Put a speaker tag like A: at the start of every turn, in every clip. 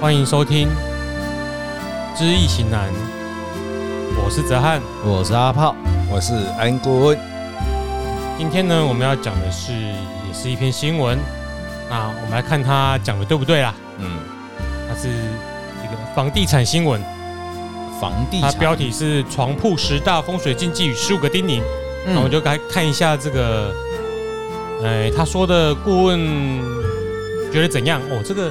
A: 欢迎收听《知易行难》，我是泽汉。
B: 我是阿炮，
C: 我是安顾问，
A: 今天呢，我们要讲的是也是一篇新闻，那我们来看他讲的对不对啦。
C: 嗯，
A: 它是一个房地产新闻，
B: 房地
A: 它
B: 产
A: 标题是“床铺十大风水禁忌与十五个叮咛”。
B: 嗯
A: 那我就来看一下这个，哎，他说的顾问觉得怎样？哦，这个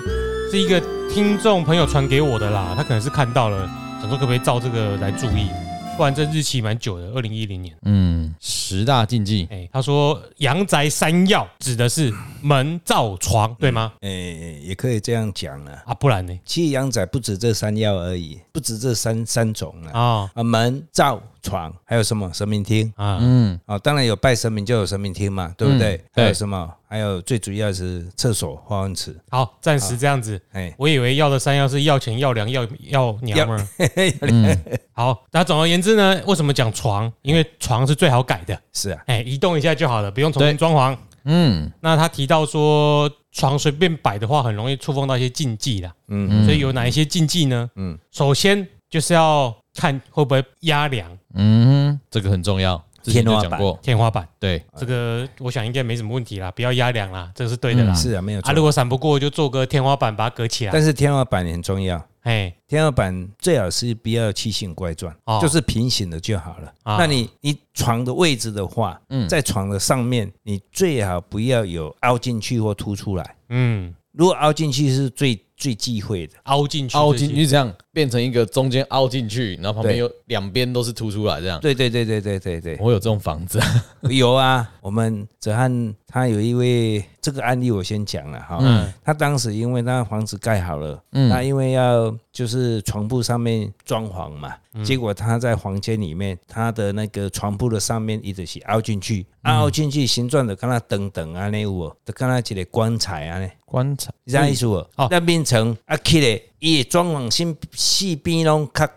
A: 是一个听众朋友传给我的啦，他可能是看到了，想说可不可以照这个来注意，不然这日期蛮久的，二零一零年。
B: 嗯十大禁忌，
A: 哎，他说阳宅三要指的是门、灶、床，对吗？
C: 诶、哎也可以这样讲了、啊。
A: 啊，不然呢？
C: 其实阳仔不止这三药而已，不止这三三种
B: 嗯
C: 了啊
A: 啊
C: 啊，门、灶、床，还有什么神明厅
A: 啊，
B: 嗯
C: 啊？当然有拜神明就有神明厅嘛，对不对？
B: 嗯
C: 还有
B: 对
C: 什么？还有最主要是厕所、化粪池，
A: 好，暂时这样子。
C: 哎、
A: 我以为要的三要是要钱、要粮、要要娘们儿。
B: 嗯，
A: 好，那总而言之呢，为什么讲床？因为床是最好改的，
C: 是啊，
A: 哎，移动一下就好了，不用重新
B: 对
A: 装潢。
B: 嗯
A: 那他提到说，床随便摆的话，很容易触碰到一些禁忌啦。
C: 嗯
B: 嗯，
A: 所以有哪一些禁忌呢？
C: 嗯，
A: 首先就是要看会不会压梁、
B: 嗯，这个很重要，之前
C: 天
B: 就
C: 花
B: 讲
C: 板
B: 过，
A: 天花板，
B: 对，
C: 哎
A: 这个我想应该没什么问题啦，不要压梁啦，这个是对的啦。
B: 嗯
C: 是啊，没有
A: 啊，
C: 错。
A: 如果闪不过就做个天花板把它隔起来。
C: 但是天花板也很重要，
A: 哎，
C: 天花板最好是不要气性怪状，
A: 哦
C: 就是平行的就好了。
A: 啊
C: 那你你床的位置的话，
B: 嗯
C: 在床的上面，你最好不要有凹进去或凸出来。
A: 嗯，
C: 如果凹进去是最最忌讳的，
A: 凹进去，
B: 凹进去，这样变成一个中间凹进去，然后旁边
C: 对
B: 有两边都是凸出来这样，
C: 对对对对对对对，
B: 我有这种房子，
C: 有啊。我们泽汉他有一位这个案例，我先讲了哈。
B: 嗯
C: 他当时因为那房子盖好了，那
B: 嗯
C: 因为要就是床铺上面装潢嘛，结果他在房间里面，他的那个床铺的上面一直是凹进去，啊凹进去形状的，跟他等等啊那我，就跟他一个棺材啊呢，
B: 棺材，
C: 你知道意思无
A: 哦？
C: 那变成啊起来，伊的装潢新四边拢较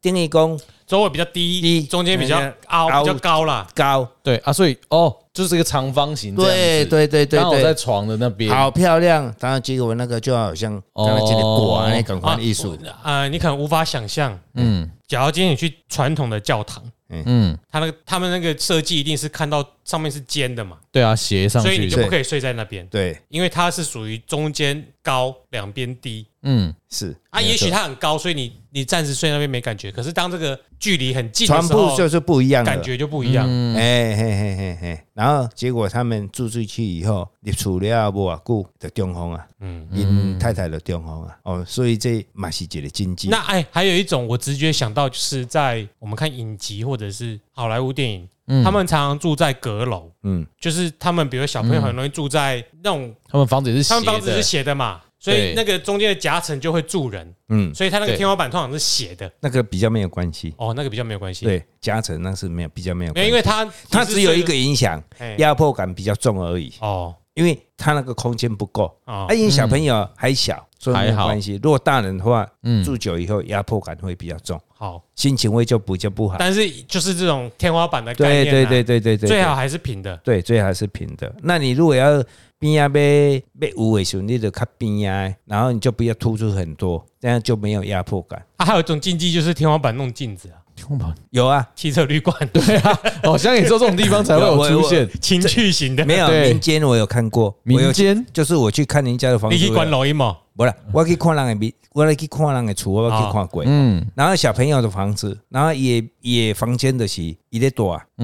C: 等于讲
A: 周围比较低，
C: 低
A: 中间比较
B: 哎
C: 中间
A: 凹，
C: 凹
A: 比较高啦。
C: 高，
B: 对啊，所以哦，就是一个长方形这
C: 对
B: 样子，
C: 对对对
B: 刚好在
C: 对。
B: 床的那边，
C: 好漂亮，当然结果那个就好像
B: 哦
C: 刚才这个果啊，那感
A: 啊
C: 官艺术，
A: 呃，你可能无法想象，
B: 嗯
A: 假如今天你去传统的教堂，
B: 嗯，
A: 他那个他们那个设计一定是看到上面是尖的嘛，
B: 对啊，斜上
A: 所以你
B: 去
A: 就
B: 的，
A: 不可以睡在那边，
C: 对，
A: 因为它是属于中间高，两边低。
B: 嗯
C: 是
A: 啊，
B: 没有
A: 也许
B: 错
A: 它很高，所以你你暂时睡那边没感觉。可是当这个距离很近的
C: 床
A: 时
C: 铺
A: 候，
C: 就是不一样的
A: 感觉就不一样。
B: 嗯
C: 哎嘿嘿嘿嘿，然后结果他们住进去以后，入厝了无偌久就中风啊，
A: 嗯，
C: 因太太就中风啊，哦，所以这嘛是一个禁忌。
A: 那哎，还有一种我直觉想到，就是在我们看影集或者是好莱坞电影，
B: 嗯
A: 他们常常住在阁楼，
C: 嗯，
A: 就是他们比如小朋友很容易住在那种
B: 他们房子也是
A: 他们
B: 斜
A: 房子是
B: 的，
A: 斜的嘛，所以
B: 对
A: 那个中间的夹层就会住人，
C: 嗯，
A: 所以它那个
B: 对
A: 天花板通常是斜的。
C: 那个比较没有关系，
A: 哦，那个比较没有关系。，
C: 对，夹层那是没有比较没有
A: 没有，
C: 关系，
A: 因为它
C: 它只有一个影响，
A: 哎
C: 压迫感比较重而已，
A: 哦
C: 因为它那个空间不够。
A: 哦嗯
C: 啊，因为小朋友还小，所以没有
B: 还好
C: 关系。如果大人的话，
B: 嗯
C: 住久以后压迫感会比较重，
A: 好，
C: 心情会就比较不好。
A: 但是就是这种天花板的概
C: 对
A: 念啊，
C: 对对对对对，
A: 最好还是平的。
C: 对，最好是平的。那你如果要边啊被被有的时候，你就靠边啊，然后你就不要突出很多，这样就没有压迫感。
A: 啊，还有一种禁忌就是天花板弄镜子啊，
B: 天花板
C: 有啊，
A: 汽车旅馆
B: 对啊，哦好像也只有这种地方才会有出现，
A: 情趣型的，
C: 没有
B: 对
C: 民间我有看过，我有
B: 民间
C: 就是我去看人家的房
A: 你去
C: 子，
A: 关楼一嘛？
C: 不是我去看人的民，我来去看人的厝，我去看过。
B: 嗯
C: 然后小朋友的房子，然后也也房间的是伊咧大，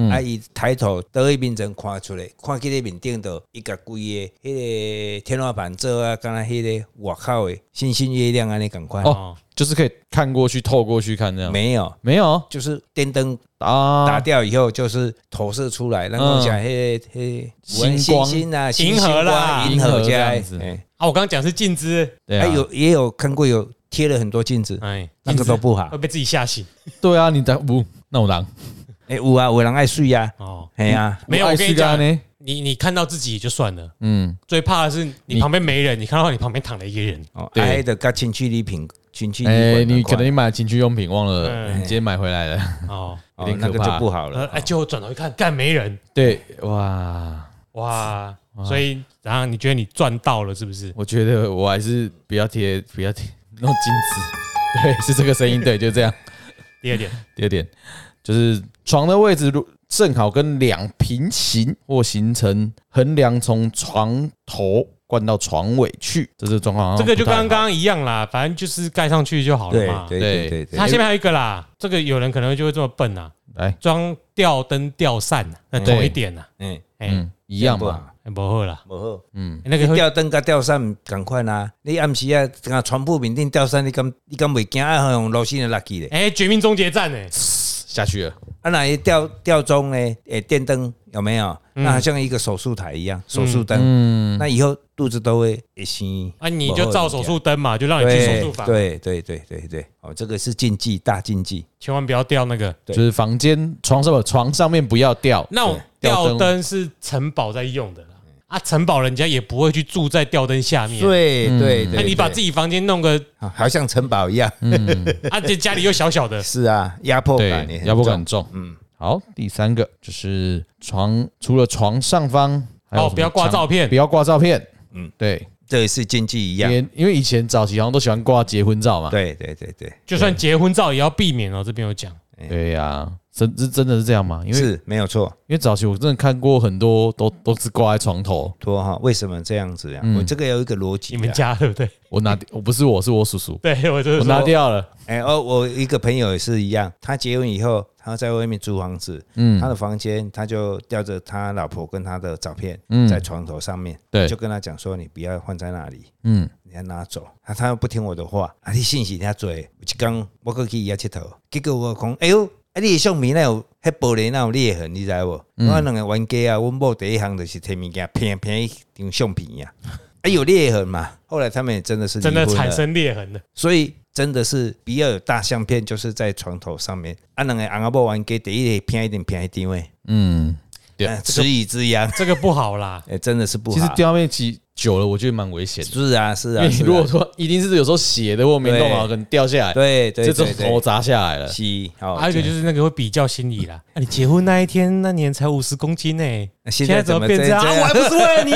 C: 啊伊抬头倒去面前看出来，看起咧面顶头伊甲规个迄个天花板做啊，敢若迄个外口的星星月亮安尼共款。
A: 哦，
B: 就是可以看过去、透过去看这样。没
C: 没有，
B: 没有哦
C: 就是电灯
B: 啊，
C: 打掉以后，就是投射出来，然后讲嘿嘿，
B: 星
C: 星
B: 光
C: 星啊，
A: 银河啦
C: 银河
B: 银河
C: 这
B: 这
C: 样
B: 样
C: 子
B: 子。
C: 哎
A: 啊，我刚刚讲是镜子，
B: 对
C: 还
B: 啊，
C: 有也有看过有贴了很多镜子，
A: 哎，
C: 那个
A: 镜子
C: 都不好
A: 会。被自己吓醒
B: 对啊，你打不那种狼，
C: 哎，有啊，有人爱睡啊，
A: 哦。
C: 哎呀，
A: 没有，我跟你讲，
B: 呢，
A: 你你看到自己也就算了，
B: 嗯，
A: 最怕的是你
B: 你
A: 旁边没人，你看到你旁边躺了一个 人，
C: 哦，
B: 对
C: 爱的跟情趣礼品，情趣
B: 哎，
C: 礼品
B: 你
C: 有
B: 可
C: 关，
B: 能你买情趣用品忘了，
A: 嗯
B: 你今天买回来了，
A: 哦，
B: 有
C: 哦
B: 点
C: 那
B: 可
C: 个
B: 怕
C: 就不好
A: 呃，
C: 了。
A: 哎，结果转头一看，干没人，
B: 对，哇，
A: 哇！所以，然后你觉得你赚到了是不是？
B: 我觉得我还是不要贴，不要贴，那种金子， 对，是这个声音，对，就这样。
A: 第二 点，
B: 第二点就是床的位置如正好跟两平行或形成横梁从床头灌到床尾去，这是状况
C: 哦
B: 好
A: 这
B: 像不太
A: 个就
B: 好。
A: 跟刚刚一样啦，反正就是盖上去就好了
C: 对
A: 嘛。
C: 对
B: 对
C: 对对对
A: 它下面还有一个啦，这个有人可能就会这么笨啊，
B: 来，
A: 装吊灯吊扇啊，那同一点呐，
C: 嗯，
A: 哎，
B: 嗯，一样
C: 不
B: 嘛，
C: 好，
A: 不好啦，哎
C: 不好。
B: 嗯，
A: 那个
C: 你
A: 会
C: 吊灯甲吊扇共款啊！你暗时啊，甲床铺面顶吊扇，你敢你敢袂惊啊？用螺丝来落去咧。
A: 哎，绝命终结战哎，
B: 下去了，
C: 啊，那一吊吊钟呢？诶，电灯有没有？那好像一个手术台一样，手术灯。
B: 嗯，
C: 那以后肚子都会会生。
A: 啊，你就照手术灯嘛，就让你进手
C: 对
A: 术房，
C: 对对对对对，哦，这个是禁忌，大禁忌。
A: 千万不要吊那个。
C: 对
B: 就是房间床上床上面不要掉，
A: 那种吊灯是城堡在用的啦，啊，城堡人家也不会去住在吊灯下面。
C: 对
B: 嗯
C: 对对，
A: 那你把自
C: 己
A: 己房间弄 个，
C: 啊好像城堡一样。
B: 嗯
A: 啊，这家里又小小的，
C: 是啊，压迫感也
B: 对
C: 很，重，
B: 要不很重。
C: 嗯，
B: 好，第三个就是床，除了床上方，还有
A: 哦
B: 什么
A: 不要挂
B: 墙
A: 照片
B: 不要挂照片。嗯
C: 嗯，
B: 对，
C: 这也是禁忌一样。
B: 因因为以前早期好像都喜欢挂结婚照嘛。
C: 对对对对，
A: 就算结婚照也要避免哦。这边有讲，
B: 对呀，真是真的是这样吗？因为因
C: 是没有错。
B: 为早期我真的看过很多都都是挂在床头。
C: 托哈，为什么这样子呀、啊
B: 嗯
C: 我这个有一个逻辑、
A: 你
C: 啊。
A: 们家对不对？
B: 我拿我不是我是我叔叔，
A: 对我就是
B: 我拿
A: 说，
B: 掉了。
C: 哎、哦，我一个朋友也是一样，他结婚以后，他在外面租房子，
B: 嗯
C: 他，的房间他就吊着他老婆跟他的照片
B: 嗯
C: 在床头上面，
B: 对
C: 就跟他讲说你不要放在那里，
B: 嗯，
C: 你要拿走。他他又不听我的话，啊，你信息他做，有一天我过去伊遐佚佗，结果我讲，哎哟，啊，你的相片那有迄玻璃那有裂痕，你知无？我两个冤家啊，阮某第一行就是摕物件拼拼一张相片呀，啊，有裂痕嘛。后来他们也真的是离
A: 真的
C: 婚
A: 产
C: 了
A: 生裂痕了。
C: 所以真的是比较有大相片，就是在床头上面，啊，两个阿伯玩给第一个偏一点偏一点位，
B: 嗯，对
C: 啊迟疑之殃，
A: 这个不好啦，
C: 哎，真的是不
B: 其实
C: 好。
B: 掉面积久了，我觉得蛮危险的。
C: 是啊，是
B: 因
C: 啊，
B: 为你
C: 是啊
B: 如果说一定是有时候斜的或没弄好，
C: 对
B: 可能掉下来，
C: 对对
B: 这种
C: 对
B: 头
C: 对，
B: 砸下来 了。
C: 是
A: 还
C: 哦，
A: 有一个就是那个会比较心理啦。啊，你结婚那一天那年才五十公斤呢，
C: 现
A: 在
C: 在
A: 怎
C: 怎
A: 么
C: 么
A: 变
C: 变
A: 这
C: 这
A: 样？啊
C: 样
A: 我还不是为了你，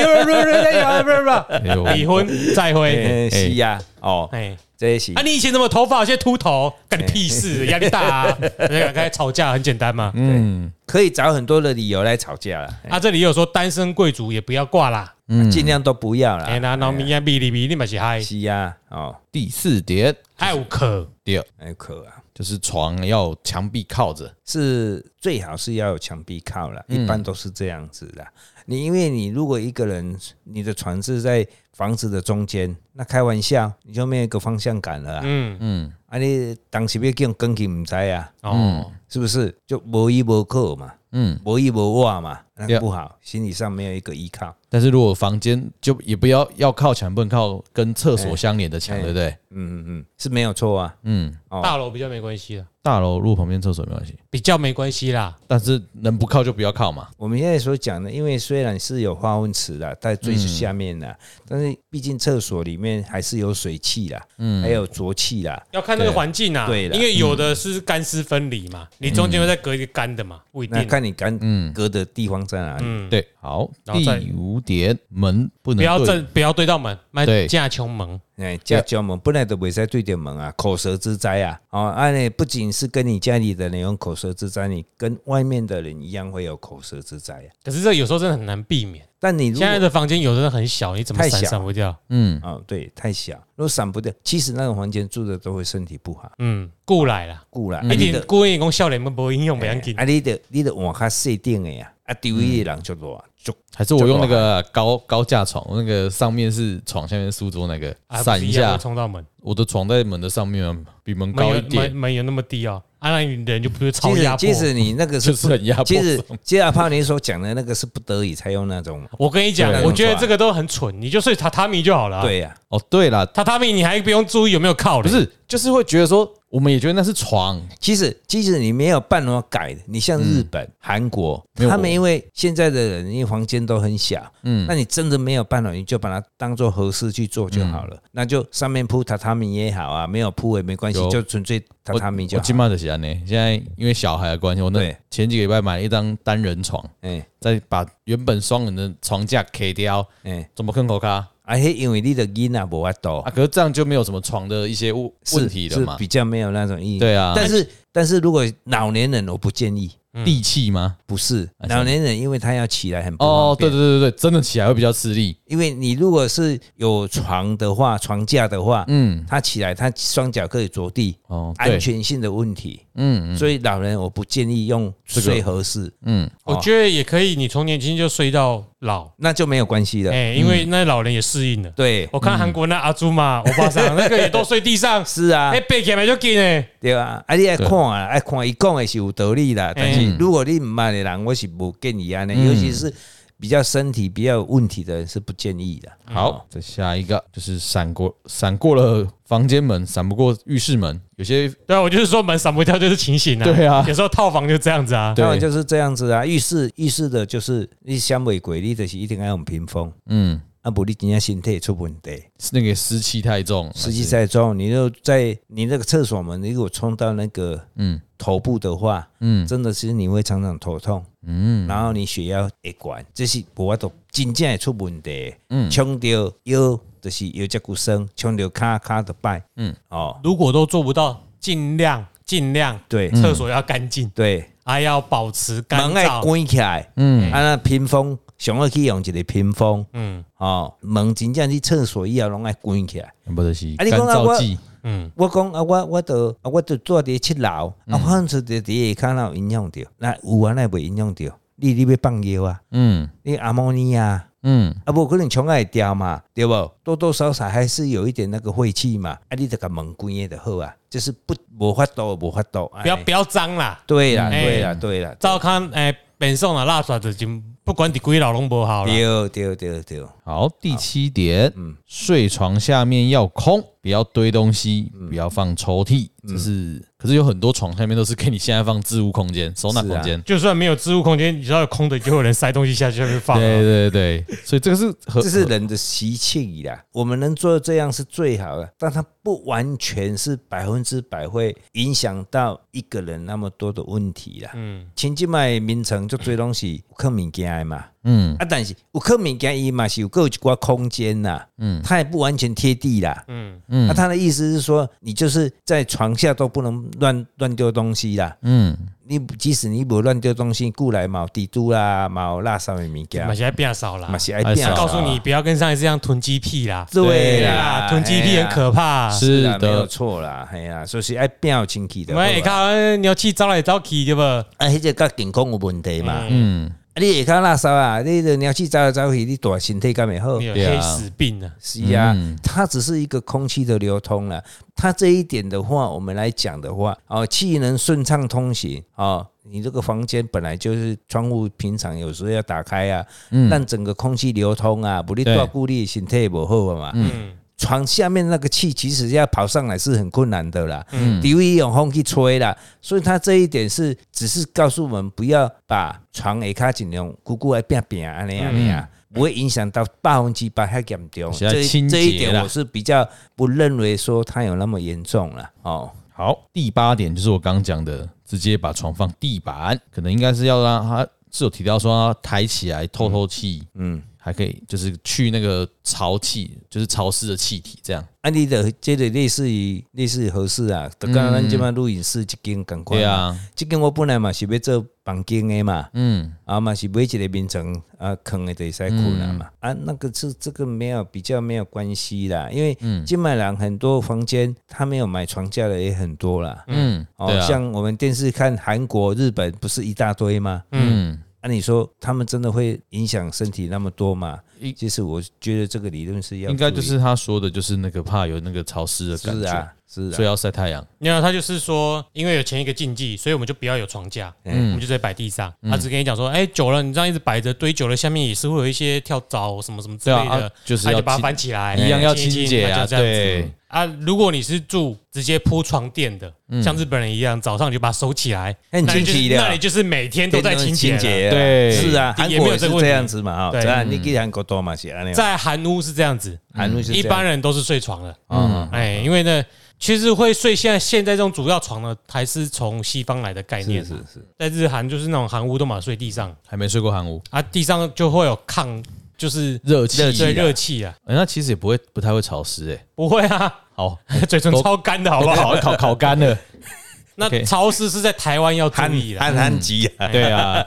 A: 不是不
B: 哎呦
A: 是，离婚再婚。
C: 哎是呀，哦，
A: 哎，
C: 这些
A: 啊，你以前怎么头发现在秃头？干你屁 事，压力大啊！人家刚才吵架很简单嘛。
B: 嗯
C: 可以找很多的理由来吵架了，
A: 啊，这里有说单身贵族也不要挂啦。
B: 嗯，
C: 尽量都不要
A: 哎，
C: 了。
A: 那那米亚比里比你嘛是嗨，
C: 啊是呀，哦，
B: 第四点，
A: 还有可
B: 第二
C: 哎可啊，
B: 就是床要有墙壁靠着，
C: 是最好是要有墙壁靠了，
B: 嗯
C: 一般都是这样子的。你因为你如果一个人，你的船是在房子的中间，那开玩笑你就没有一个方向感了啊！
A: 嗯
B: 嗯
C: 啊，你当时要叫跟去唔知啊，
A: 哦，
C: 是不是就无依无靠嘛，
B: 嗯。
C: 无依无靠嘛，那
B: Yeah
C: 不好，心理上没有一个依靠。
B: 但是如果房间就也不要要靠墙，不能靠跟厕所相连的墙，
C: 哎
B: 对不对？
C: 嗯嗯嗯，是没有错啊。
B: 嗯，
C: 哦
A: 大楼比较没关系啦，
B: 大楼如果旁边厕所没关系，
A: 比较没关系啦。
B: 但是能不靠就不要靠嘛。
C: 我们现在所讲的，因为虽然是有化粪池啦，在最下面啦，
A: 嗯
C: 但是毕竟厕所里面还是有水汽啦，
A: 嗯
C: 还有浊气啦，
A: 要看那个环境啊，
C: 对啦嗯
A: 因为有的是干湿分离嘛，你中间会再隔一个干的嘛，不一
C: 那
A: 定。
C: 看你干隔的地方在哪里。
A: 嗯，
B: 对，好，
A: 然后再
B: 第五点，门不能
A: 不要
B: 对
A: 正，不要对到门，买
B: 对
A: 架穷门，
C: 哎，家教门本来都袂使对着门啊，口舌之灾啊！哦，啊，你不仅是跟你家里的人有口舌之灾，你跟外面的人一样会有口舌之灾啊。
A: 可是这有时候真的很难避免。
C: 但你如
A: 现
C: 果
A: 在的房间有的很小，你怎么
C: 太
A: 闪
C: 小
A: 闪不掉？
B: 嗯，
C: 哦，对，太小，如果闪不掉，其实那种房间住的都会身体不好，
A: 嗯，过来啦，
C: 固然、
A: 啊一
C: 嗯你
A: 点
C: 的
A: 故意讲笑脸不应用不要紧
C: 啊，，你的你的碗较细定的呀，啊，丢一人就多就
B: 还是我用那个高高架床，那个上面是床，下面是书桌那个，
A: 啊
B: 散
A: 不
B: 一
A: 是样
B: 下
C: 哎
A: 会。冲到门，
B: 我的床在门的上面啊，比门
A: 门
B: 高
A: 有
B: 一点
A: 门，门有那么低哦，啊，那你人就不会超
C: 其
A: 压
C: 实
A: 迫
C: 其。实你那个是
B: 就
C: 不，
B: 是很压迫。
C: 其实其实阿胖你所讲的那个是不得已才用那种，
A: 我跟你讲
C: 对，
A: 我觉得这个都很蠢，你就睡榻榻米就好了啊。
C: 对呀、
B: 哦，对啦，
A: 榻榻米你还不用注意有没有靠
B: 不
A: 的，
B: 是，就是会觉得说，我们也觉得那是床，
C: 其实，即使你没有办法改的，你像日本、韩国，
B: 嗯没有
C: 他们因为现在的人因为房间都很小，
B: 嗯
C: 那你真的没有办法，你就把它当做合适去做就好了。那就上面铺榻榻米也好啊，没有铺也没关系
B: 嗯有，
C: 就纯粹榻榻米就
B: 我
C: 好
B: 今。晚就是安呢，现在因为小孩的关系，我那
C: 对
B: 前几个礼拜买了一张单人床，
C: 哎
B: 再把原本双人的床架 K 掉，
C: 哎，
B: 怎么坑口咖？
C: 啊，迄因为你的囡仔无法度
B: 啊，，可是这样就没有什么床的一些问
C: 是
B: 问题了
C: 是
B: 嘛？
C: 比较没有那种意义。
B: 对啊，
C: 但是但是如果老年人，我不建议，
B: 地气吗？
C: 不是
B: 啊
C: 老年人，因为他要起来很不
B: 哦
C: 方，
B: 对
C: 便。
B: 对对对对，真的起来会比较吃力。
C: 因为你如果是有床的话，床架的话，
B: 嗯，
C: 他起来他双脚可以着地，
B: 哦，对
C: 安，全性的问题。
B: 嗯嗯
C: 所以老人我不建议用
B: 这个
C: 最合适，
B: 嗯，
C: 哦
A: 我觉得也可以，你从年轻就睡到老，
C: 那就没有关系了。
A: 哎，因为那老人也适应了。
C: 对，嗯
A: 我看韩国那阿朱嘛，我爸上那个也都睡地上，
C: 是啊
A: 哎，，背起来就紧哎，
C: 对啊，啊你爱看啊，爱看伊讲的是有道理啦。但是
B: 嗯
C: 如果你唔捌的人，我是不建议安尼，尤其是比较身体比较有问题的人是不建议的。
B: 好，再下一个就是闪过闪过了房间门，闪不过浴室门，有些
A: 对啊，我就是说门闪不掉就是情形啊。
B: 对啊
A: 有时候套房就这样子啊。
B: 对
C: 当然就是这样子啊，浴室浴室的就是你想袂过，你就是一定要用屏风，
B: 嗯
C: 啊不然你真正身体出问题。
B: 是那个湿气太重，
C: 实际在中，你就在你那个厕所门，你如果冲到那个
B: 嗯
C: 头部的话，
B: 嗯
C: 真的是你会常常头痛，
B: 嗯
C: 然后你血压会悬，这是无法度真正会出问题的。
B: 嗯
C: 冲到腰就是腰脊骨酸，冲到骹骹就摆。
B: 嗯
C: 嗯，哦，
A: 如果都做不到，尽量尽量
C: 对
B: 嗯
A: 厕所要干净，
C: 对，
A: 还要保持干
C: 门爱
A: 燥。
C: 关起来，啊
B: 嗯，
C: 那屏风上要去用一个屏风，
A: 嗯
C: 哦，门真正去厕所以后拢爱关起来。
B: 不得是
C: 啊你
B: 干
C: 讲啊
B: 燥
C: 我
B: 剂，
A: 嗯，
C: 我讲啊，我我都啊，我都住伫七楼，啊，反正伫伫下骹有影响着，那有啊，那袂影响着。你你要放尿啊，
B: 嗯
C: 你阿莫尼啊，
B: 嗯
C: 啊，无可能冲会掉嘛，对不？多多少少还是有一点那个晦气嘛，啊，你得甲门关的就好啊，就是不无法度无法度，
A: 不要
C: 哎
A: 不要脏啦，
C: 对啦
A: 哎
C: 对啦对啦，
A: 照看诶，本送的蜡爪子就不管你鬼老拢不好了。
C: 对对对对，
B: 好，第七点，
C: 嗯
B: 睡床下面要空，不要堆东西，
C: 嗯
B: 不要放抽屉，这是。可是有很多床下面都是给你现在放置物空间、收纳
C: 啊
B: 空间。
A: 就算没有置物空间，你只要有空的，就会有人塞东西下去下面放啊。
B: 对对对，所以这个是合
C: 这是人的习气啦，我们能做到这样是最好的，但它不完全是百分之百会影响到一个人那么多的问题啦。
A: 嗯，
C: 前即卖名城就最拢是有靠物件的嘛，
B: 嗯
C: 啊，但是有靠物件伊嘛是有够有一寡空间啦，嗯，它也不完全贴地啦，嗯嗯，那、他的意思是说，你就是在床下都不能乱乱丢东西啦，
B: 嗯，
C: 你即使你无乱丢东西，过来嘛有蜘蛛啦，嘛有垃圾的物件
A: 马，西变少啦
C: 嘛。是爱
B: 还是
C: 变
B: 要
C: 啊。
A: 告诉你，不要跟上一次一样囤积癖啦。
C: 对
A: 对
C: 啦
A: 啊，，囤积癖很可怕啊。
B: 是
C: 是啦，
B: 的
C: 没有错啦，嘿呀，所以是爱变有清气的。
A: 喂，
C: 好啊，
A: 看你要去招来招去，对不？
C: 啊，迄个甲健康有问题嘛，啊
B: 嗯，
C: 你下骹垃圾啊，你的尿气走来走去，你大身体敢会好
A: 你？有
B: 对
A: 黑
B: 啊
A: 死病啊。
C: 是啊
B: 嗯，
C: 它只是一个空气的流通了。它这一点的话，我们来讲的话，哦，气能顺畅通行哦。你这个房间本来就是窗户，平常有时候要打开啊，让整个空气流通啊，不然
B: 嗯对
C: 照顾你身体也不好嘛。
A: 嗯，
C: 床下面那个气其实要跑上来是很困难的啦，
B: 嗯
C: 因为用风去吹啦，所以他这一点是只是告诉我们不要把床下卡尽量咕咕来变变安尼安尼啊，不会影响到百分之百太严重。
B: 嗯是要
C: 这
B: 清
C: 一这
B: 洁啦
C: 一点我是比较不认为说它有那么严重了哦。
B: 好。第八点就是我刚刚讲的，直接把床放地板，可能应该是要让它是有提到说让它抬起来透透气，
C: 嗯，
B: 还可以就是去那个潮气，就是潮湿的气体这样。
C: 啊，你的这个类似于类似于合适啊，就刚咱这边录影室这间赶快，
B: 嗯对，啊，
C: 这间我本来嘛是要做房间的嘛，
B: 嗯
C: 啊嘛是买一个眠床啊，坑的就会使困啦嘛。
B: 嗯
C: 啊，那个是这个没有比较没有关系啦，因为
B: 嗯
C: 金麦郎很多房间他没有买床架的也很多啦。
B: 嗯，
C: 哦，
B: 对啊，
C: 像我们电视看韩国、日本不是一大堆吗？
B: 嗯。
C: 啊，你说他们真的会影响身体那么多吗
B: 一？
C: 其实我觉得这个理论是要
B: 应该
C: 注
B: 就
C: 意
B: 是他说的，就是那个怕有那个潮湿的感
C: 是
B: 觉，
C: 啊是
B: 所以
C: 啊，
B: 要晒太阳。
A: 没有，他就是说，因为有前一个禁忌，所以我们就不要有床架，
B: 嗯
A: 我们就在摆地上。他只跟你讲说，哎，久了你这样一直摆着，堆久了下面也是会有一些跳蚤什么什么之类
B: 对啊啊
A: 的，
B: 就是
A: 啊
B: 要
A: 就把它
B: 清
A: 翻起来，
B: 一样要
A: 清一
B: 清洁啊
A: 啊，就这样
B: 对
A: 子。啊，如果你是住直接铺床垫的，
B: 嗯
A: 像日本人一样，早上你就把它收起来，
B: 哎
C: 那你
A: 那你
C: 清
A: 就
C: 洁
A: 是
C: 的啊
A: 那你就是每天都在清洁了。
C: 啊
B: 对
C: 是啊，
A: 也
C: 韩
A: 没有
C: 国也是
A: 这个问题
C: 这样子嘛啊，
A: 对
C: 对啊，你去韩国多嘛是安尼，
A: 在韩屋是这样子，
C: 韩国是
A: 嗯一
C: 这样
A: 般人都是睡床的。
C: 啊，
A: 哎，因为呢，其实会睡现在现在这种主要床呢，还是从西方来的概念
C: 是
A: 啊。
C: 是是，
A: 在日韩就是那种韩屋都嘛睡地上
B: 还没睡过韩屋，
A: 啊，地上就会有炕就是
B: 热气
A: 对
B: 啊
A: 热气啊，
B: 哎那其实也不会不太会潮湿哎。
A: 不会啊，
B: 好，
A: 嘴唇
B: 都
A: 超干的好不
B: 烤
A: 好？
B: 烤烤烤干 了。
A: 那
B: OK
A: 潮湿是在台湾要注
C: 憨
A: 意啦。嗯
C: 憨憨鸡啊，
B: 对啊，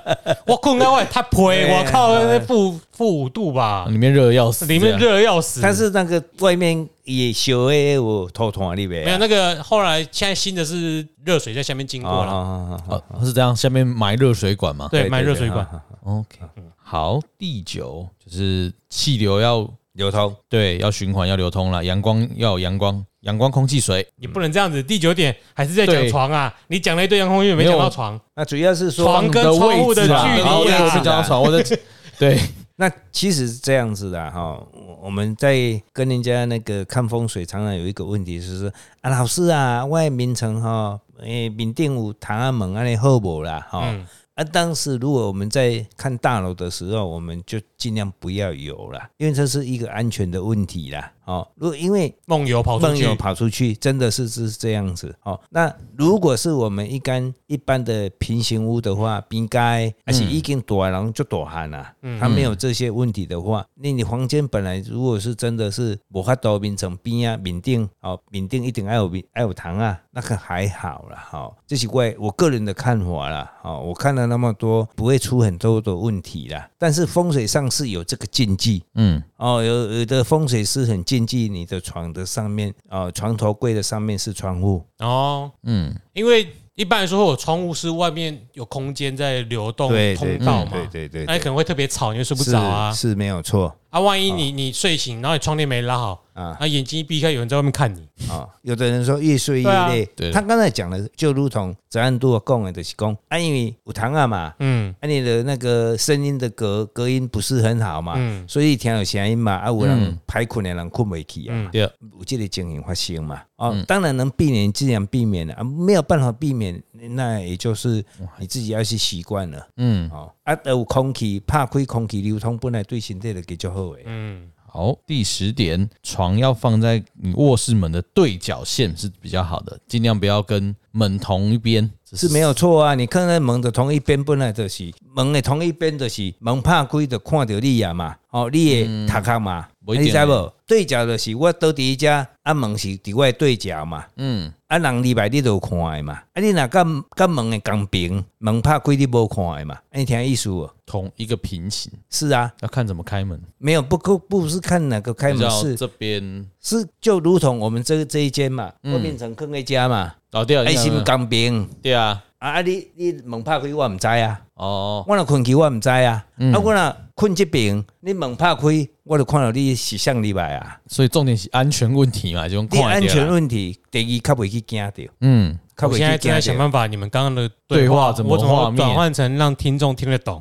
A: 我困到外太
C: 对
A: 赔，
C: 啊
A: 我靠，那负负五度吧，
B: 里面热的要死，啊
A: 里面热得要死。
C: 但是那个外面也小诶，有偷看里边
A: 没有那个后来现在新的是热水在下面经过了，
C: 了，
B: 哦，是这样，下面埋热水管吗
A: 对，
C: 对
A: 买
C: 对
A: 热
C: 对
A: 水管。
B: ？OK，好，第九就是气流要
C: 流通
B: 对要循环要流通了，阳光要有阳光，阳光空气水，
A: 你不能这样子，第九点还是在讲
B: 对
A: 床啊！你讲了一堆洋葱浴，没讲到床，
C: 那主要是说
A: 床跟
B: 的
A: 窗户
B: 位
A: 的
B: 置
A: 距
B: 啊
A: 离
B: 然后
C: 对
B: 那个
C: 啊
B: 是
A: 啊。
B: 叫床，我的 对
C: 那其实是这样子的哈、我我们在跟人家那个看风水，常常有一个问题，就是说啊，老师啊，外名城哈，诶、缅甸有唐安门安尼好不啦哈、
A: 嗯
C: 啊，当时如果我们在看大楼的时候，我们就尽量不要有啦，因为这是一个安全的问题啦。哦，如果因为
A: 梦游跑出
C: 梦
A: 去
C: 游，跑出去，真的是是这样子哦。那如果是我们一般一般的平行屋的话，应该而
A: 嗯
C: 且已经大人就大汉啦，他没有这些问题的话，那你房间本来如果是真的是无法度变成边啊面顶哦，面顶一定要有面要有糖啊，那个还好啦。哈、哦。这是我我个人的看法啦。哦，我看了那么多，不会出很多的问题啦。但是风水上是有这个禁忌，
B: 嗯
C: 哦，有有的风水师很禁忌你的床的上面，哦，床头柜的上面是窗户，
A: 哦，
B: 嗯，
A: 因为一般来说，我窗户是外面有空间在流动通道嘛，
C: 对对
A: 那你可能会特别吵，你会睡不
C: 是
A: 着啊。
C: 是没有错
A: 啊，万一你你睡醒，然后你窗帘没拉好，
C: 啊
A: 啊，眼睛一闭开，有人在外面看你。
C: 啊。有的人说越睡越累，
B: 对啊对
C: 他刚才讲的就如同泽安都讲的，就是讲，啊，因为有糖啊嘛，
A: 嗯
C: 啊，你的那个声音的隔隔音不是很好嘛，
A: 嗯
C: 所以听有声音嘛，啊，有人
B: 嗯
C: 排困的人困袂去啊。
A: 嗯，
B: 对，
C: 有这个情形发生嘛。哦，当然能避免尽量避免了啊，没有办法避免，那也就是你自己要去习惯了。
B: 嗯，
C: 哦，啊，有空气怕开空气流通，本来对身体就比较好诶。
A: 嗯，
B: 好，第十点，床要放在你卧室门的对角线是比较好的，尽量不要跟门同一边，这
C: 是没有错啊！你看那门的同一边本来就是门的同一边就是门拍开就看到你啊嘛，哦，你的头壳嘛，
B: 嗯不一
C: 你
B: 定
C: 知无？对角就是我倒伫一家，啊门是伫我的对角嘛，
B: 嗯，
C: 啊，人礼拜你都有看的嘛，啊，你若甲甲门的共平，门拍开你无看的嘛，啊你听意思无？
B: 同一个平行，
C: 是啊，
B: 要看怎么开门。
C: 没有不不不是看哪个开
B: 比
C: 门
B: 较
C: 是
B: 这边
C: 是就如同我们这这一间嘛，我变成坑一家嘛，
B: 哦，嗯对啊，
C: 爱
B: 你
C: 心
B: 看
C: 共平
B: 对啊，
C: 啊，啊你你门拍开我毋知啊，
B: 哦，
C: 我若困去我毋知啊，
A: 嗯
C: 啊我若困即边，你门拍开我就看到你是向礼拜啊，
B: 所以重点是安全问题嘛，就用
C: 你安全
B: 问，
C: 问题第二较袂去惊着，
B: 嗯，
C: 较
A: 我现在
C: 袂
A: 正在
C: 去
A: 想
C: 惊着。
A: 办法，你们刚刚的
B: 对话
A: 话
B: 怎么
A: 我怎
B: 画
A: 么
B: 面
A: 转换成让听众听得懂？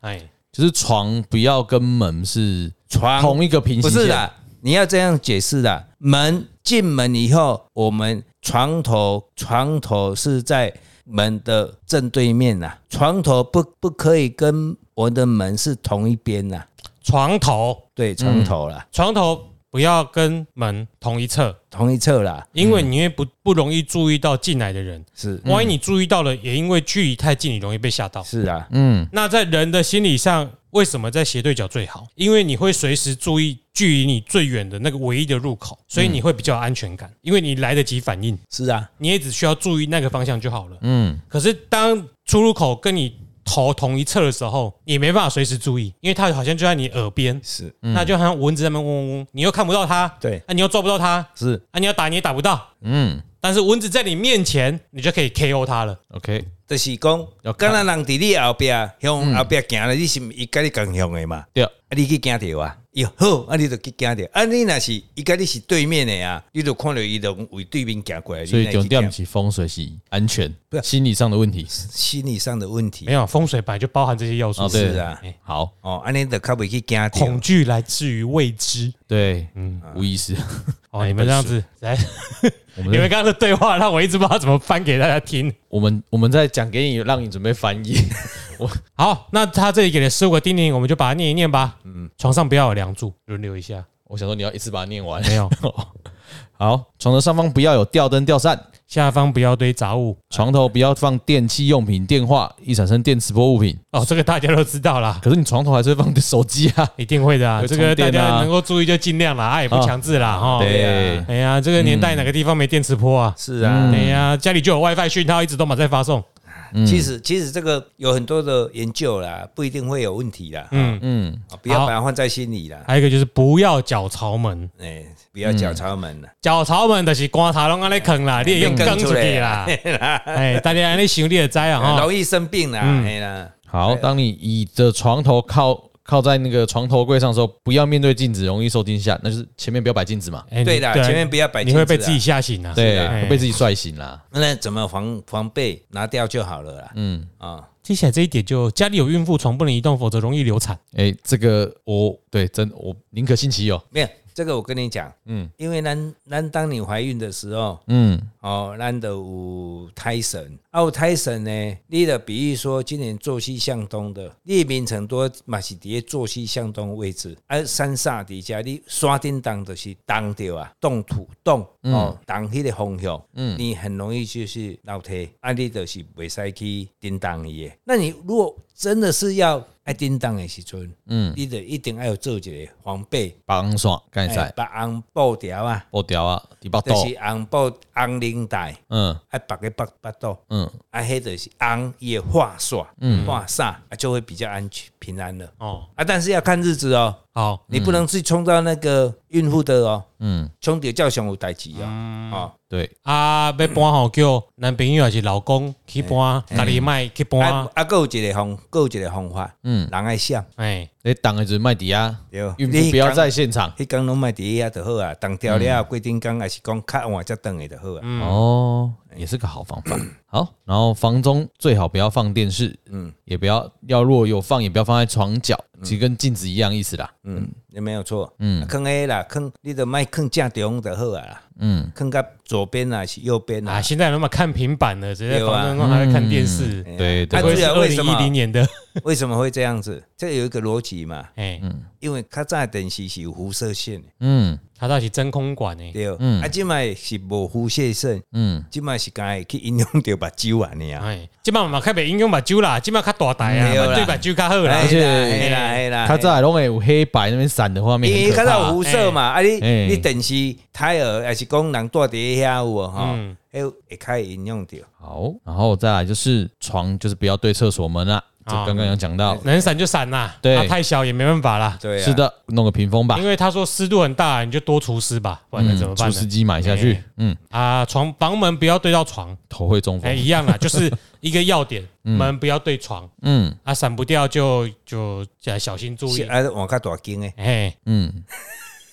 A: 哎，
B: 就是床不要跟门是
C: 床
B: 同一个平行
C: 不
B: 线，
C: 是的，你要这样解释的。门进门以后，我们床头床头是在门的正对面呐，床头不不可以跟我的门是同一边呐。
A: 床头
C: 对，床头啦，
A: 床头不要跟门同一侧，
C: 同一侧啦，
A: 因为你会不不容易注意到进来的人。
C: 是
A: 万一你注意到了，也因为距离太近，你容易被吓到。
C: 嗯是啊，
B: 嗯，
A: 那在人的心理上，为什么在斜对角最好？因为你会随时注意距离你最远的那个唯一的入
C: 嗯
A: 口，所以你会比较有安全感，因为你来得及反应，
C: 是啊，
A: 你也只需要注意那个方向就好了。
B: 嗯
A: 可是当出入口跟你头同一侧的时候，你没办法随时注意，因为它好像就在你耳边，
C: 是
A: 那就好像蚊子在那边嗡嗡嗡，你又看不到它，
C: 嗯对
A: 啊，你又抓不到它，
C: 是
A: 啊，你要打你也打不到。
B: 嗯
A: 但是蚊子在你面前，你就可以 KO 它了。
B: ，OK，
C: 就是讲
B: 要，看嗯
C: 敢若人伫你后壁向后壁行咧，你是毋伊甲你共向的嘛？
B: 对，
C: 啊，你去惊着啊，哟好，啊，你就去惊着，啊，你若是伊甲你是对面的啊，你就看着伊就为对面行过来，
B: 所以
C: 就
B: 重点起风水是安全
C: 不是，
B: 心理上的 问题
C: 心理上的问
A: 没
C: 题。
A: 有风水本来就包含这些要素，
B: 哦哎对
C: 是啊
A: 哎
B: 好，
C: 哦，安尼就较袂去惊
A: 恐
C: 着。
A: 惧来自于未知。
B: 对，
A: 嗯，
B: 无意
C: 啊
B: 识，
A: 哦，你们这样子来，
B: 哎我
A: 你们
B: 们
A: 刚刚的对话让我一直不知道怎么翻给大家听。
B: 我们我们在讲给你，让你准备翻译，
A: 好，那他这里给了十五个叮咛，我们就把它念一念吧。嗯，床上不要有梁柱，轮流一下。
B: 我想说你要一次把它念完，
A: 没有，
B: 好，床的上方不要有吊灯、吊扇，
A: 下方不要堆杂物。
B: 床头不要放电器用品、电话，易产生电磁波物品。
A: 哦，这个大家都知道啦，
B: 可是你床头还是会放手机啊，
A: 一定会的啊。
B: 会
A: 这
B: 充
A: 个大
B: 电啊哦
A: 家能够注意就尽量啦，啊，也不强制啦，哈。
B: 对，嗯
A: 哎呀，这个年代哪个地方没电磁波啊？
C: 啊是啊，
A: 哎呀，家里就有 WiFi 讯号，一直都满在发送。
B: 嗯
C: 其实其实这个有很多的研究啦，不一定会有问题啦。
A: 嗯
C: 嗯，
B: 嗯，
C: 不要
A: 好
C: 把它放在心里啦。
A: 还有一个就是不要脚朝门，
C: 哎，不
B: 嗯
C: 要脚朝门啦。
A: 脚朝门就是棺材拢安尼坑啦，你也用
C: 你
A: 坑
C: 扛
A: 出
C: 哎出
A: 去
C: 来
A: 啦
C: 啊。
A: 哎，大家安尼想你也知
B: 哦
A: 啊哈。
C: 容易生病啦，
B: 嗯
C: 哎啦，
B: 好，当你倚着床头靠靠在那个床头柜上的时候，不要面对镜子，容易受惊吓，那就是前面不要摆镜子嘛，
A: 哎
C: 对
A: 你
C: 啦，
A: 啊
C: 前面不要摆
A: 你
C: 镜子
A: 会
C: 啦，
A: 被自己吓醒啊。
B: 对，
A: 哎
B: 会被自己帅醒啦。
C: 那怎么防防备拿掉就好了啦。
B: 嗯，
C: 啊，
A: 接下来这一点就家里有孕妇床不能移动，否则容易流产。
B: 哎，这个我对真我宁可信其有，
C: 没有这个我跟你讲，
B: 嗯
C: 嗯，因为咱咱当你怀孕的时候，
B: 嗯，
C: 哦，咱的有胎神，啊，有胎神呢，你的比喻说今年坐西向东的，你的名城多嘛是伫坐西向东的位置，啊，三煞底下你刷叮当就是当掉啊，动土动哦，当迄个方向，嗯，你很容易就是闹胎，啊，你就是袂使去叮当伊的。那你如果真的是要爱叮当的时阵，嗯，你得一定要有做一个防备，
B: 绑爽干
C: 哎
B: 赛，
C: 把红布条啊，
B: 我屌啊，你把
C: 就
B: 刀，
C: 是红布红领带。
B: 嗯
C: 啊，绑个绑绑到，
B: 嗯，
C: 啊，迄就是红也化煞，嗯，化煞啊，就会比较安全平安了。
A: 哦，
C: 啊，但是要看日子哦，
A: 好，
C: 你不能去冲到那个孕妇的哦，
B: 嗯，
C: 冲到照常有代志哦，哦，
B: 对，
A: 啊，要搬好叫男朋友还是老公去搬，
C: 哎
A: 家己卖去搬
C: 啊，啊，还有一个方，还有一个方法，
B: 嗯
C: 嗯，人爱想，
A: 哎，
B: 你挡的就是麦迪啊，
C: 对
B: 孕妇不要在现场
C: 迄工拢卖伫遐就好啊，当掉了规定工，还是讲较晚才等的就好啊。
B: 哦，也是个好方法。好，然后房中最好不要放电视，嗯，也不要要若有放，也不要放在床角，其实跟镜子一样意思啦。
C: 嗯，也没有错。
B: 嗯
C: 嗯，坑 A 啦，坑你的卖坑正中就好啊啦，
B: 嗯，
C: 坑到左边啊还是右边
A: 啊，
C: 啊？
A: 现在人嘛看平板了，直接
C: 对啊
A: 房间中还在看电视，
C: 哎呀
B: 对对
C: 啊
A: 这
C: 这
A: 是
C: 个
A: 二
C: 为
A: 零
C: 什
A: 一
C: 么？
A: 零年的，
C: 为什么会这样子？这有一个逻辑嘛，
A: 哎，
C: 因为较早的电视是有辐射线的，
B: 嗯
A: 它到底真空管呢？
C: 对，啊，即卖是无辐射线，
B: 嗯，
C: 即卖是该去影响到目睭安尼啊。
A: 哎，今麦嘛较袂影响目睭啦，今麦较大台啊，
C: 嗯对啦
A: 对目睭较好啦
C: 哎。
B: 且
C: 哎啦哎啦，
B: 它这还拢会有黑白那边闪的画面，
C: 因
B: 很
C: 为较
B: 可怕
C: 早有辐射嘛，啊你
B: 哎
C: 你电视胎儿还是讲人住伫遐有无吼
A: 嗯，
C: 哎会较会影响到。
B: 好，然后再来就是床，就是不要对厕所门啦，就
A: 啊
B: 刚刚有讲到，
A: 能闪就闪啦，
B: 对
A: 啊太小也没办法啦，
C: 对啊，
B: 是，的，弄个屏风吧
A: 因，为他说湿度很大，你就多除湿吧，不然嗯能怎么
B: 嗯，
A: 办
B: 除
A: 呢
B: 湿？机买下去
A: 哎，
B: 嗯，
A: 啊，床房门不要对到床，
C: 哦
B: 头会中
A: 哎，
B: 风，
A: 一样啦，就是一个要 点，门不要对床，
B: 嗯
A: 啊，闪不掉就就要小心注
C: 是
A: 意，
C: 啊换较大间诶，
A: 哎，
B: 嗯，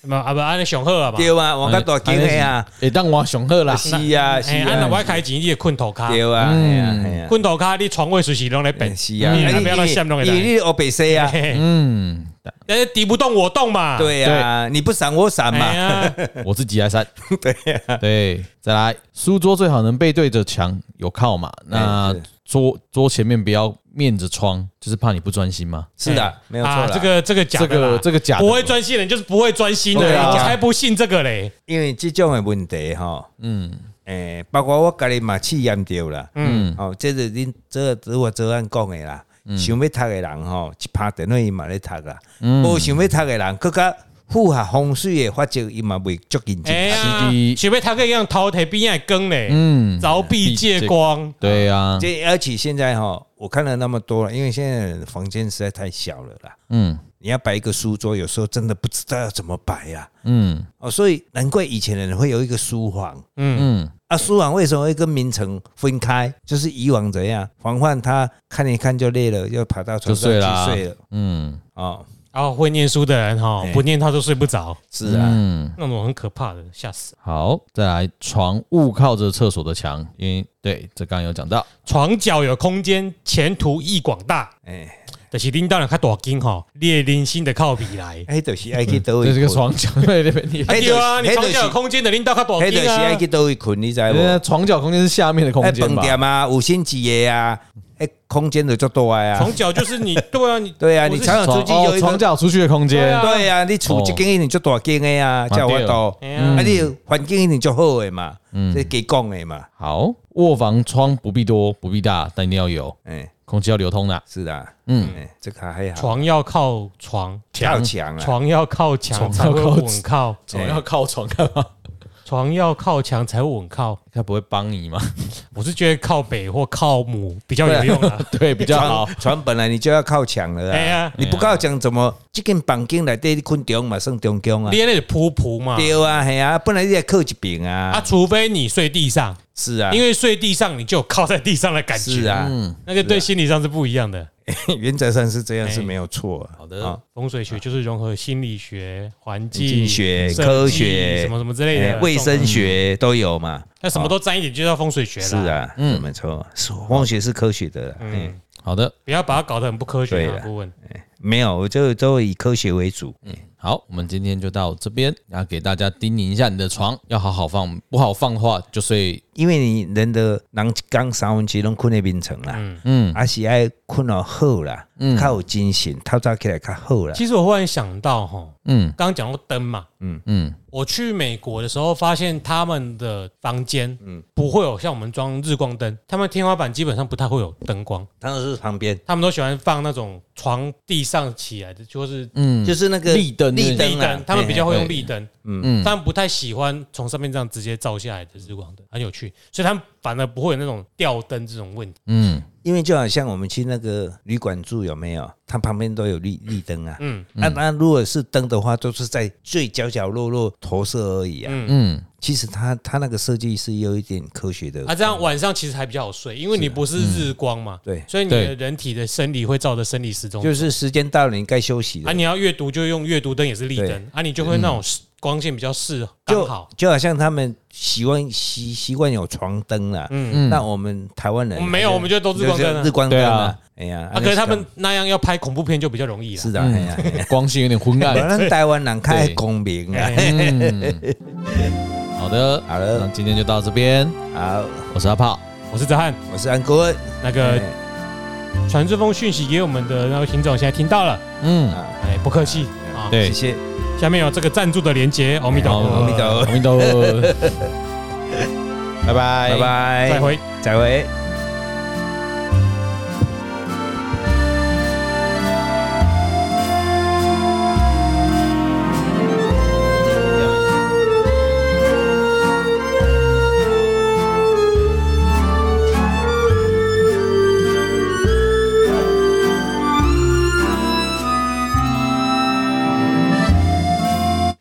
A: 嘛啊不安尼上好啊吧？
C: 对啊，换较大间诶啊，
B: 哎，当我上课啦，
C: 是啊是
A: 哎，啊
C: 啊
A: 那，我要开钱你也困头卡，
C: 对啊，哎啊哎啊，
A: 困头卡你床位随时拢来变，
C: 是啊，
A: 你
C: 啊
A: 也嗯不要让
C: 你
A: 线拢
C: 因为
A: 来，
C: 你黑白色啊。
A: 嘿
B: 嗯，
A: 但是敌不动我动嘛，
C: 对啊，你不闪我闪
A: 哎
C: 嘛，
A: 呀，
B: 我自己来删。对、对，再来，书桌最好能背对着墙，有靠嘛？那
C: 哎是
B: 桌桌前面不要面着窗，就是怕你不专心嘛。
C: 是的， 没有错
A: 啊
C: 啦。
A: 这个这个假的
B: 这个
A: 啦
B: 这个假的
A: 不会专心的人就是不会专心的
B: 对
A: 啦，
B: 啊
A: 我才不信这个嘞。
C: 因为这种的问题哈，嗯，诶、包括我家己嘛试验到啦，嗯，哦，这是恁这如果昨晚讲的啦，
A: 嗯
C: 想要读的人吼，一拍电脑伊嘛咧读啦，
A: 嗯
C: 无、想要读的人，更较符合风水的法则，伊嘛袂足认真。
A: 哎呀
B: 是的，
A: 学妹他可以让饕餮边爱更嘞，
B: 啊嗯，
A: 凿壁借光。
B: 对啊，
C: 这而且现在哈，我看了那么多了，因为现在的房间实在太小了啦，
B: 嗯
C: 你要摆一个书桌，有时候真的不知道要怎么摆啦、
B: 嗯
C: 哦，所以难怪以前的人会有一个书房，
B: 嗯，
C: 啊，书网为什么会跟名城分开？就是以往怎样，防范他看一看就累了，又爬到床上
B: 就睡
C: 去
B: 啦
C: 睡了。
B: 嗯
C: 哦，
A: 然后啊会念书的人哈，不念他都睡不着，
C: 是啊，
B: 嗯，
A: 那种很可怕的，吓死。
B: 好，再来，床勿靠着厕所的墙，因为对，这刚刚有讲到，
A: 床角有空间，前途益广大。
C: 哎，
A: 就是恁当然较大间吼，你的人生的靠边来。
C: 哎，就是爱去倒位
B: 嗯这是个
C: 睡，
B: 床 角，对对 对，你
A: 啊对啊，你
C: 那就是
A: 床下有空间的，恁当较大
C: 迄哎就是
A: 间
C: 爱
A: 啊。
C: 去倒位困，你知
B: 那
C: 无？
B: 床角空哦间是下面的空
C: 哎，
B: 间
C: 饭
B: 吧？
C: 店啊，五星级的啊，哎，空间就足大的啊
A: 床。角就是 你，对啊，你
C: 对啊，
A: 我
C: 你
A: 是
C: 常常
B: 床
C: 出去有
B: 哦，
C: 一
B: 床
C: 个，
B: 角出去的空
A: 对
B: 间
A: 啊，
C: 对啊，你厝一间一定足大间的啊，才有法度。
A: 哎
C: 啊，
A: 呀，
C: 你环境一定足好的嘛，
A: 嗯
C: 这给讲的嘛，
B: 好，卧房窗不必多，不必大，但一定要有
C: 哎，
B: 空气要流通啦。
C: 是的，
B: 嗯
C: 嗯，这个还好，
A: 床要靠床，
C: 要强啊，
A: 床要靠墙
B: 床
A: 才会
B: 要靠
A: 稳靠，
B: 总要靠床干嘛？
A: 床要靠墙才会稳靠。
B: 他不会帮你 吗？
A: 我是觉得靠北或靠母比较有用 啊。
B: 对，比较好
C: 床。床本来你就要靠墙了
A: 哎
C: 啊
A: 呀，
C: 你不靠墙怎么？这间房间内底你困中嘛算中间啊
A: 你？那是铺铺嘛，
C: 对啊，系啊，本来你也靠一边
A: 啊，
C: 啊，
A: 除非你睡地上，
C: 是啊，
A: 因为哎睡地上你就有靠在地上的感觉，
C: 是，啊，
A: 那个对心理上是不一样的。
C: 原则上是这样
A: 哎
C: 是没有错啊。
B: 好的
C: 啊
A: 风水学就是融合心理学、环境
C: 经济学、
A: 设计
C: 科学、
A: 什么什么之类的嗯
C: 哎卫生，学都有嘛。
A: 那什么都沾一点，就叫风水学了。
C: 是，啊，嗯，没错，是光学是科学的啦。嗯，
B: 好的，
A: 不要把它搞得很不科学
C: 对
A: 啊，
C: 啦
A: 顾问。
C: 没有，我就都以科学为主。
B: 好，我们今天就到这边，然后给大家叮咛一下，你的床要好好放，不好放的话就睡。
C: 因为你人的人刚三分之拢困在眠床啦，嗯，还是爱困到好啦，较有精神，透早起来较好啦。
A: 其实我忽然想到，哈，
B: 嗯
A: 刚刚讲过灯嘛，
B: 嗯，
A: 我去美国的时候，发现他们的房间，嗯，不会有像我们装日光灯，他们天花板基本上不太会有灯光，
C: 当然是旁边，
A: 他们都喜欢放那种床地上起来的，就是
C: 就是那个
B: 立灯
C: 立
A: 立
C: 灯啦
A: 灯，，他们比较会用
B: 对
A: 立灯，
B: 嗯
A: 嗯，他们不太喜欢从上面这样直接照下来的日光灯，很有趣，所以他们反而不会有那种吊灯这种问题。
B: 嗯，
C: 因为就好像我们去那个旅馆住有没有？它旁边都有绿绿灯啊。嗯，那、那如果是灯的话，都是在最角角落落投射而已啊。嗯
B: 嗯，
C: 其实它它那个设计是有一点科学的。
A: 啊，这样晚上其实还比较好睡，因为你不是日光嘛，
C: 嗯对
A: 所以你的人体的生理会照着生理时钟走
C: 就是时间到了，你该休息
A: 啊，
C: 了。
A: 你要阅读就用阅读灯，也是立
C: 对
A: 灯啊，你就会那种光线比较适刚
C: 就
A: 好。
C: 就好像他们习惯习习惯有床灯啦、嗯，那我们台湾人哎
A: 我们嗯没有，我们就都日光灯
C: 日
A: 啊。
C: 光灯啊
B: 啊。
C: 哎呀，
A: 啊，可是他们那样要拍恐怖片就比较容易了
C: 是。的，
B: 嗯
C: 哎呀，
B: 光线有点昏
C: 可
B: 暗。
C: 能台湾人开公平啊。
A: 哎
B: 嗯，好的，
C: 好的
B: 那今天就到这边，
C: 好，
B: 我是阿炮，
A: 我是泽汉，
C: 我是安国文。哎
A: 那个传这封讯息给我们的那位听众，现在听到了，
B: 嗯，
C: 啊，
A: 哎，不客气啊。
B: 对
C: 谢，谢，
A: 下面有这个赞助的连接，阿弥陀
B: 好
A: 佛，
C: 阿弥陀佛
B: 阿弥陀佛，拜拜，
C: 拜拜，
A: 再会。
C: 再会。